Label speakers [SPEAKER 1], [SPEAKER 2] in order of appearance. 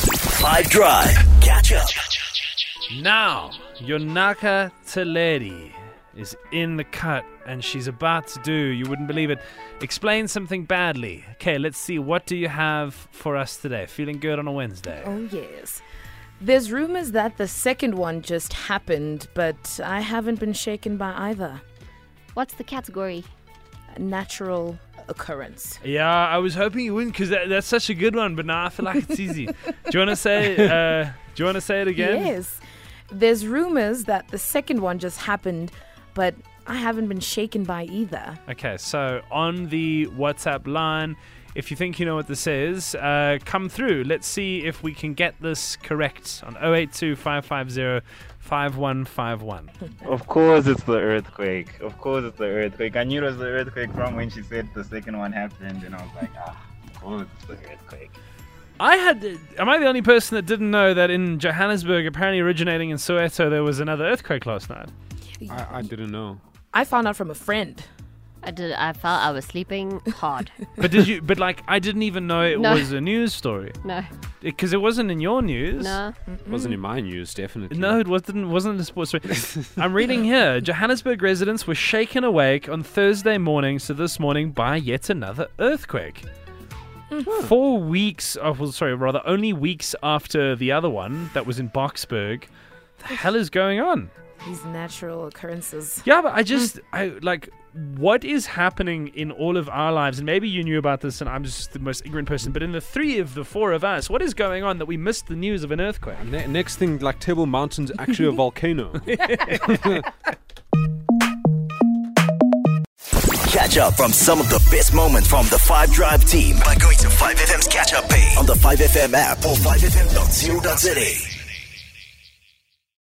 [SPEAKER 1] Five Drive. Catch up.
[SPEAKER 2] Now, Yonaka Teleri is in the cut and she's about to do, you wouldn't believe it, explain something badly. Okay, let's see. What do you have for us today? Feeling good on a Wednesday?
[SPEAKER 3] Oh, yes. There's rumors that the second one just happened, but I haven't been shaken by either.
[SPEAKER 4] What's the category?
[SPEAKER 3] Natural occurrence.
[SPEAKER 2] Yeah, I was hoping you wouldn't because that, that's such a good one, but now I feel like it's easy. do you want to say? Uh, do you want to say it again?
[SPEAKER 3] Yes. There's rumors that the second one just happened, but I haven't been shaken by either.
[SPEAKER 2] Okay, so on the WhatsApp line, if you think you know what this is, uh, come through. Let's see if we can get this correct on 082 550 5151.
[SPEAKER 5] Of course, it's the earthquake. Of course, it's the earthquake. I knew it was the earthquake from when she said the second one happened, and I was like, ah, of course, it's the earthquake.
[SPEAKER 2] I had. Am I the only person that didn't know that in Johannesburg, apparently originating in Soweto, there was another earthquake last night?
[SPEAKER 6] I, I didn't know.
[SPEAKER 3] I found out from a friend.
[SPEAKER 4] I did. I felt I was sleeping hard.
[SPEAKER 2] But did you? but like, I didn't even know it
[SPEAKER 4] No.
[SPEAKER 2] was a news story
[SPEAKER 4] no,
[SPEAKER 2] because it wasn't in your news.
[SPEAKER 4] no.
[SPEAKER 6] Wasn't in my news, definitely.
[SPEAKER 2] No, it wasn't. Wasn't a sports story. I'm reading here. Johannesburg residents were shaken awake on Thursday morning, so this morning by yet another earthquake. Four weeks. Of, well, sorry, rather only weeks after the other one that was in Boxburg. The hell is going on?
[SPEAKER 3] These natural occurrences.
[SPEAKER 2] Yeah, but I just I like what is happening in all of our lives, and maybe you knew about this, and I'm just the most ignorant person. But in the three of the four of us, what is going on that we missed the news of an earthquake?
[SPEAKER 6] Ne- next thing, like Table Mountain's actually a volcano.
[SPEAKER 1] Catch up from some of the best moments from the Five Drive team by going to 5FM's catch up page on the 5FM app or 5FM.co.za.